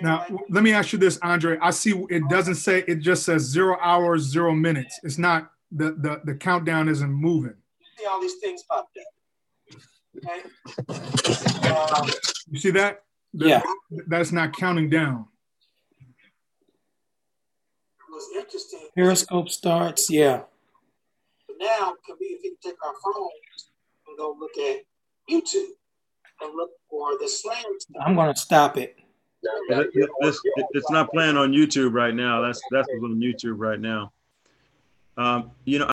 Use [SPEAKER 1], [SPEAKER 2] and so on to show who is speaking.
[SPEAKER 1] Now, w- let me ask you this, Andre. I see it doesn't say, it just says zero hours, zero minutes. It's not, the, the, the countdown isn't moving.
[SPEAKER 2] See all these things popped up. Okay. Um,
[SPEAKER 1] You see that?
[SPEAKER 3] Yeah.
[SPEAKER 1] That's not counting down.
[SPEAKER 2] it was interesting.
[SPEAKER 3] Periscope starts. Yeah.
[SPEAKER 2] But now, can we, if we can take our phones and go look at YouTube and look for the slang stuff.
[SPEAKER 3] I'm gonna stop it.
[SPEAKER 4] It- it- this- it- it's not playing on YouTube right now. That's that's what's on YouTube right now. Um, you know,